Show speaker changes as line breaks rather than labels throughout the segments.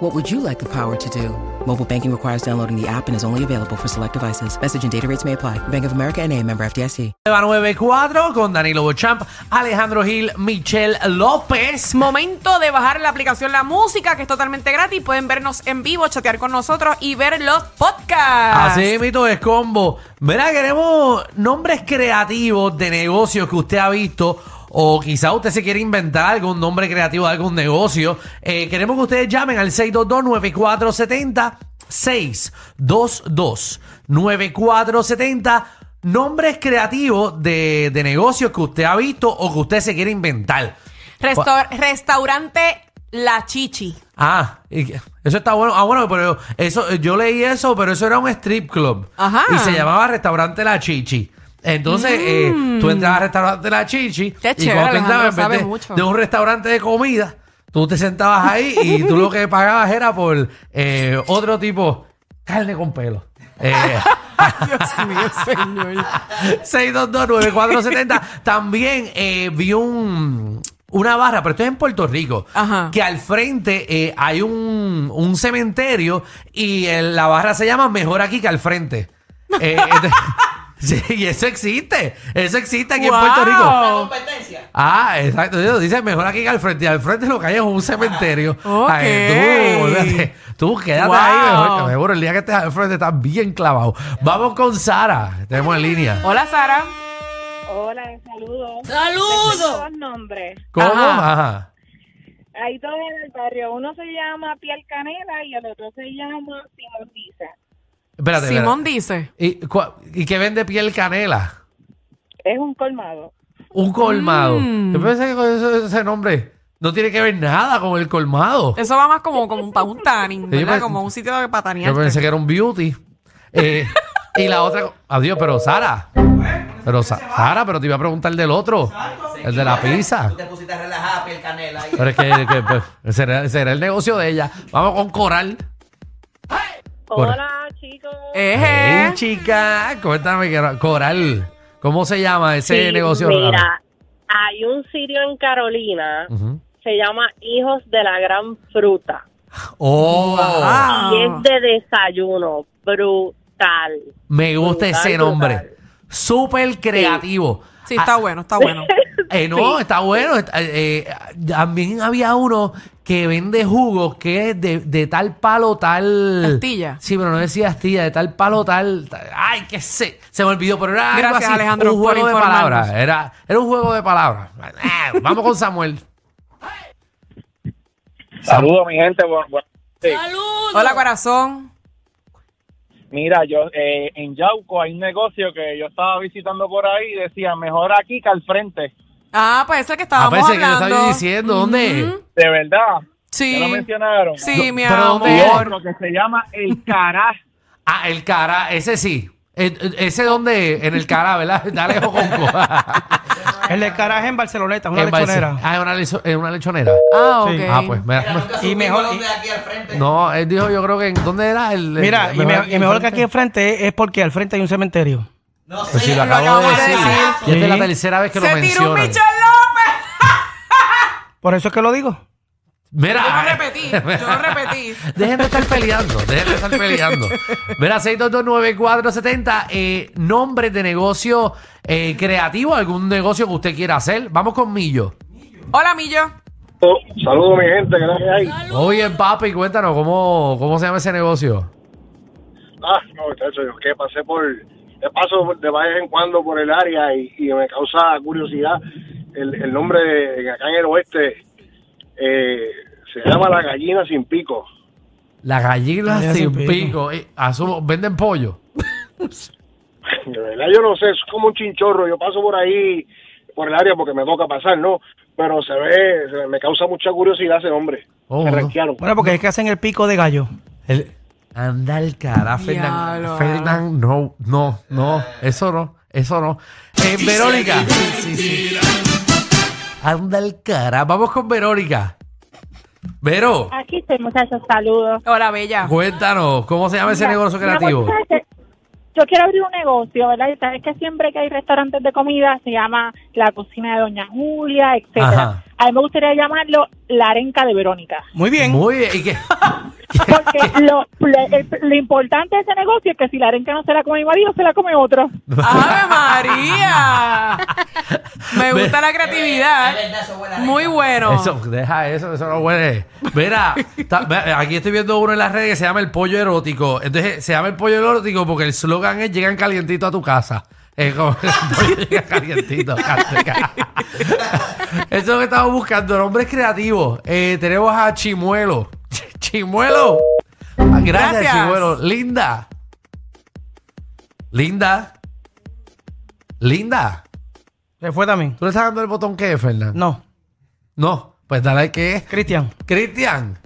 What would you like the power to do? Mobile banking requires downloading the app and is only available for select devices. Message and data rates may apply. Bank of America and a member FDIC.
Nueva 94 con Danilo Bochamp, Alejandro Gil, Michelle López.
Momento de bajar la aplicación La Música, que es totalmente gratis. Pueden vernos en vivo, chatear con nosotros y ver los podcasts.
Así mito es combo. Mira, queremos nombres creativos de negocios que usted ha visto. O quizá usted se quiere inventar algún nombre creativo de algún negocio. Eh, queremos que ustedes llamen al 622-9470. 622-9470. Nombres creativos de, de negocios que usted ha visto o que usted se quiere inventar.
Restaur- restaurante La Chichi.
Ah, y que- eso está bueno. Ah, bueno, pero eso, yo leí eso, pero eso era un strip club.
Ajá.
Y se llamaba Restaurante La Chichi. Entonces, eh, tú entrabas al restaurante La Chichi.
Mm. Qué
y
chévere,
cuando tú
Alejandro
entrabas, en
sabe
vez de-
mucho.
de un restaurante de comida, tú te sentabas ahí y tú lo que pagabas era por eh, otro tipo, carne con pelo. Eh,
Dios mío, señor.
6229470. También eh, vi un, una barra, pero esto es en Puerto Rico,
Ajá.
que al frente eh, hay un, un cementerio y eh, la barra se llama Mejor aquí que al frente. Eh, entonces- sí, y eso existe, eso existe aquí en Puerto Rico.
Wow.
Ah, exacto. Dios, Dice mejor aquí que al frente. Y al frente lo que hay es un cementerio.
Ok.
Ay, tú, olvídate. tú, quédate
Wow.
ahí mejor. que Seguro el día que estés al frente estás bien clavado. Vamos con Sara. que Tenemos en línea.
Hola, Sara.
Hola, saludos.
¡Saludos!
Dos nombres.
¿Cómo?
Ajá.
Ajá.
Hay dos en el barrio. Uno se llama Piel Canela y el otro se llama Simón Diza.
Espérate,
Simón dice.
espérate. ¿Y, cua- y qué vende piel canela?
Es un colmado.
Un colmado.
Mm.
Yo pensé que con eso- ese nombre no tiene que ver nada con el colmado.
Eso va más como, como un, pa' un
Sí,
tanning,
yo
¿verdad?
pe-
Como un sitio de patanear.
Yo pensé que era un beauty. Eh, y la otra... Adiós, pero Sara. Pero Sa- Sara, pero te iba a preguntar del otro. El de la pizza.
Tú te pusiste relajada, piel canela. y-
Pero es que, que, pues, será, será el negocio de ella. Vamos con Coral. Hola. Eh,
Hola, chicos.
Eh, Eje.
Hey, chica. Cuéntame, que- Coral. ¿Cómo se llama ese
Sí,
negocio? raro?
Mira, hay un sitio en Carolina,
Ujú.
se llama Hijos de la Gran Fruta.
Oh.
Ah.
Y es de desayuno. Brutal.
Me gusta
Brutal,
ese
brutal.
nombre. Súper creativo.
Sí, está
Ah,
bueno, está bueno.
eh, no, está bueno. Está- eh, también había uno que vende jugos que es de, de tal palo, tal...
Astilla.
Sí, pero no decía astilla, de tal palo, tal... tal- Ay, qué sé. Se me olvidó, pero era algo
Gracias,
así,
Alejandro,
un
por
juego de
informarnos.
palabras. Era, era un juego de palabras. Ah, Vamos con Samuel.
Saludos, mi gente. Bu- bu- sí.
Hola, corazón.
Mira, yo eh, en Yauco hay un negocio que yo estaba visitando por ahí y decía, mejor aquí que al frente.
Ah, pues es el que
A
estábamos
veces que yo
hablando.
estaba diciendo, ¿dónde?
Ujú.
De verdad, ya lo
Sí.
mencionaron.
Sí, mi
¿Pero
amor.
dónde
Y otro que se llama El Cará.
Ah, el cara, ese sí. Eh, eh, Ese donde, en el cara, ¿verdad? Dale, Joconco.
El de Caraje en Barceloneta, es una
En
lechonera.
Barce- Ah, es una, lecho- es una lechonera.
Ah, ok.
Sí.
Ah, pues, mira.
Nunca
Y
supimos
mejor-
dónde aquí al frente.
No, él dijo, yo creo que en. ¿Dónde era? El, el-
Mira, y, me- y
al
mejor que
frente.
aquí enfrente es porque al frente hay un cementerio.
No sé.
Pues sí, lo
Lo
acabo de
acabas de
decir.
decir.
Y esta es la
Sí.
tercera vez que lo
Se tiró un
mencionan.
Michel López.
Por eso es que lo digo.
Mira.
Yo lo repetí, yo lo repetí.
Dejen de estar peleando, dejen de estar peleando. Mira, 6229470, eh, nombre de negocio eh, creativo, algún negocio que usted quiera hacer. Vamos con Millo.
Hola, Millo.
Saludos, mi gente. Gracias.
Oye, papi, cuéntanos, ¿cómo, cómo se llama ese negocio?
Ah, no, muchachos, yo que pasé por
de paso de vez en cuando por el área y, y me causa curiosidad el, el nombre de, acá en el oeste eh, se llama la gallina sin pico.
La gallina
Gallina
sin
sin
pico. Eh, asumo- ¿Venden pollo?
De verdad, yo no sé, es como un chinchorro. Yo paso por ahí, por el área, porque me toca pasar, ¿no? Pero se ve, se- me causa mucha curiosidad ese hombre.
Oh,
Se
no.
ranquearon.
Bueno, porque es que hacen el pico de gallo.
El- Anda el cara, Fernán.
Diablo,
Fernán, no, no, no, eso no, eso no. Eh, Verónica. Anda el cara. Vamos con Verónica. Vero,
Aquí estoy, muchachos, saludos.
Hola, bella.
cuéntanos, ¿cómo se llama ese
Mira,
negocio
mira,
creativo?
pues, ¿sabes qué? Yo quiero abrir un negocio, ¿verdad? Y sabes que siempre que hay restaurantes de comida se llama la cocina de Doña Julia,
Ajá.
etcétera. A mí me gustaría llamarlo la arenca de Verónica.
Muy bien.
Muy bien. ¿Y qué?
Porque lo, lo- el- lo importante de ese negocio es que si la arenca no se la come mi marido, se la come otro.
¡Ave María! Me
Ve-
gusta la creatividad.
Es verdad, eso huele a
Muy
arenca.
bueno.
Eso, deja eso, eso no huele. Mira, ta- mira, aquí estoy viendo uno en las redes que se llama el pollo erótico. Entonces, se llama el pollo erótico porque el slogan es llegan calientito a tu casa. Es como el pollo llega calientito. eso es lo que estamos buscando, nombres creativos. Eh, tenemos a Chimuelo. Ch- Chimuelo. Ah, Gracias,
Gracias.
Chimuelo. Linda. Linda. Linda.
Se fue también.
¿Tú le estás dando el botón qué, Fernando?
No,
No, pues dale al que es.
Cristian.
Cristian.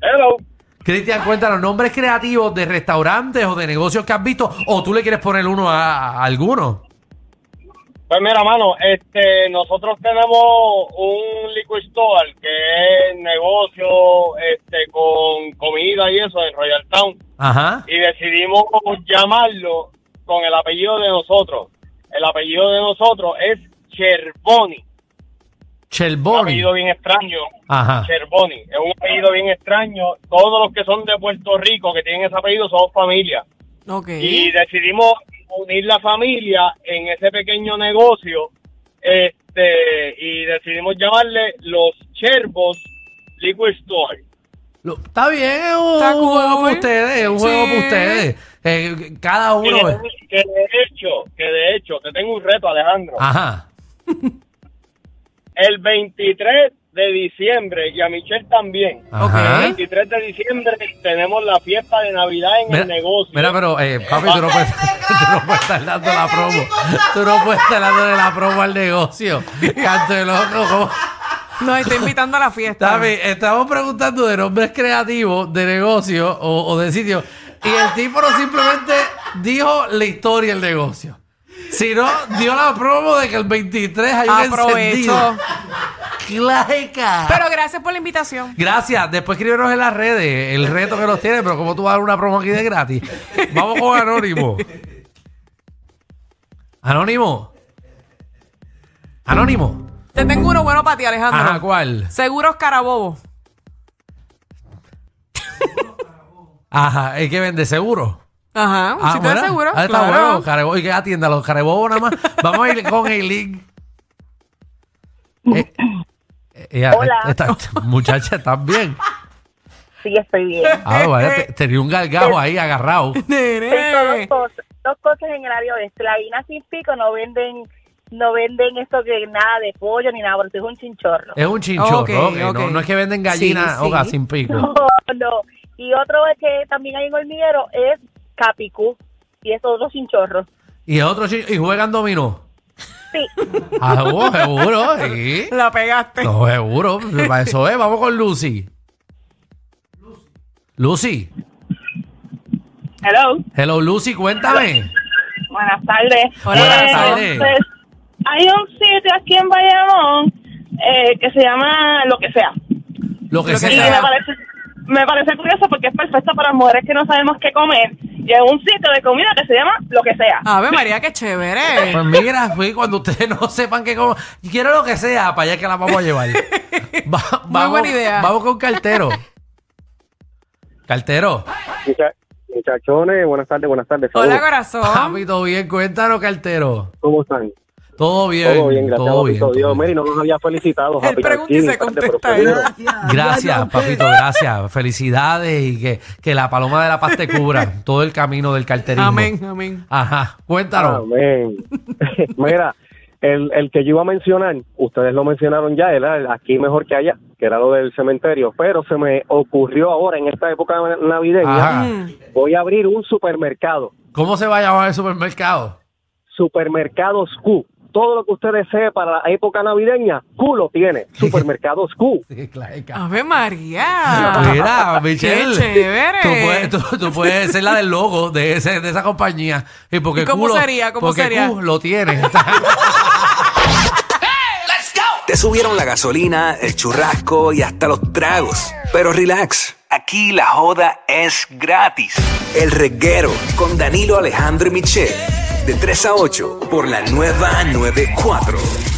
Hello.
Cristian, cuéntanos nombres creativos de restaurantes o de negocios que has visto o tú le quieres poner uno a, a alguno.
Pues mira, mano, este, nosotros tenemos un liquor store que es negocio este, con comida y eso en Royal Town
Ajá.
y decidimos llamarlo con el apellido de nosotros. El apellido de nosotros es Cherboni, un
Chelboni.
apellido bien extraño.
Ajá.
Cherboni, es un apellido bien extraño. Todos los que son de Puerto Rico que tienen ese apellido son familia.
Ok.
y decidimos unir la familia en ese pequeño negocio este y decidimos llamarle los Cherbos Liquor Store.
Lo- Está bien, es un,
Está
un juego
cool.
para ustedes, es un
Sí.
juego para ustedes. Eh, cada
Que,
uno.
que de hecho, que de hecho, te tengo un reto,
Ah,
Alejandro.
Ajá.
El 23 de diciembre y a Michelle también.
Ajá.
Ok.
El 23 de diciembre tenemos la fiesta de Navidad en
Mira,
el negocio.
mira, pero eh, papi, tú no, puedes, tú no puedes estar dando la promo. Tú no puedes estar dándole la promo al negocio. Canto de loco. ¿cómo?
Nos está invitando a la fiesta.
Está bien, estamos preguntando de nombres creativos, de negocios o, o de sitios. Y el tipo no simplemente dijo la historia del negocio, sino dio la promo de que el 23 hay un
Aprovecho.
encendido. ¡Claica!
Pero gracias por la invitación.
Gracias. Después escríbenos en las redes el reto que nos tiene, pero como tú vas a dar una promo aquí de gratis. Vamos con Anónimo. Anónimo. Anónimo.
Te tengo uno bueno para ti, Alejandro.
Ajá, ¿cuál?
Seguros Carabobo.
Ajá, el que vende seguro.
Ajá, un
Ah,
sitio de
bueno.
seguro.
Ah, está
claro.
bueno. Carebo- ¿Y qué atienda? Los carebobos nada más. Vamos a ir con Eileen. Eh, eh, ella-
Hola.
Esta muchacha también.
Sí, estoy bien.
Eh,
Ah, vaya, te- tenía un gargajo ahí agarrado.
Nene.
cosas, dos cosas en el área oeste. La harina sin pico no venden no venden eso que nada de pollo ni nada, porque es un chinchorro.
Es un chinchorro.
Ok,
ok, No,
ok.
no es que venden gallinas
Sí,
o
sí.
sin pico.
No, no. Y otro que también hay en hormiguero es capicú. Y es otro chinchorro.
Y el otro chi- y juegan dominó.
Sí.
Ah, oh, seguro. sí.
La pegaste.
No, seguro. Para eso es. Vamos con Lucy. Lucy.
Hello.
Hello, Lucy, cuéntame.
Buenas tardes.
Hola, buenas tardes.
pues, hay un sitio aquí en Bayamón eh, que se llama Lo que sea.
Lo que,
Lo que
sea.
Y me parece, me parece curioso porque es perfecto para mujeres que no sabemos qué comer. Y es un sitio de comida que se llama Lo que sea.
Ave María, qué chévere.
Pues mira, fui cuando ustedes no sepan que como quiero lo que sea, para allá que la vamos a llevar. Va- vamos,
buena idea.
Vamos con cartero. Cartero,
Mucha- muchachones, buenas tardes, buenas tardes.
Hola,
saludos.
corazón.
papi, todo bien, cuéntanos, cartero.
¿Cómo están?
Todo bien.
todo bien, gracias,
todo bien,
papito
todo
Dios.
bien.
Mary, no nos había felicitado.
Él
Happy
pregunta y
Thanksgiving,
se
parte
contesta. ¿eh?
prosperero.
¿verdad?
Gracias, papito, gracias. Felicidades y que, que la paloma de la paz te cubra todo el camino del carterismo.
Amén, amén.
Ajá, cuéntanos.
Amén. Mira, el, el que yo iba a mencionar, ustedes lo mencionaron ya, era el aquí mejor que allá, que era lo del cementerio, pero se me ocurrió ahora en esta época navideña,
Ajá.
Mm.
voy a abrir un supermercado,
¿Cómo se va a llamar el supermercado?
supermercados Q. Todo lo que usted desee para la época navideña, Q lo tiene, supermercados Q.
Sí, claro.
Ave María.
Mira, Michelle.
chévere.
Tú puedes, tú- tú puedes ser la del logo de, ese, de esa compañía. Y porque
¿Y cómo
Q lo-
sería? ¿Cómo
porque
sería?
Q lo tiene.
Te subieron la gasolina, el churrasco y hasta los tragos. Pero relax, aquí la joda es gratis. El reguero con Danilo Alejandro y Michel, de 3 a 8 por la nueva 94.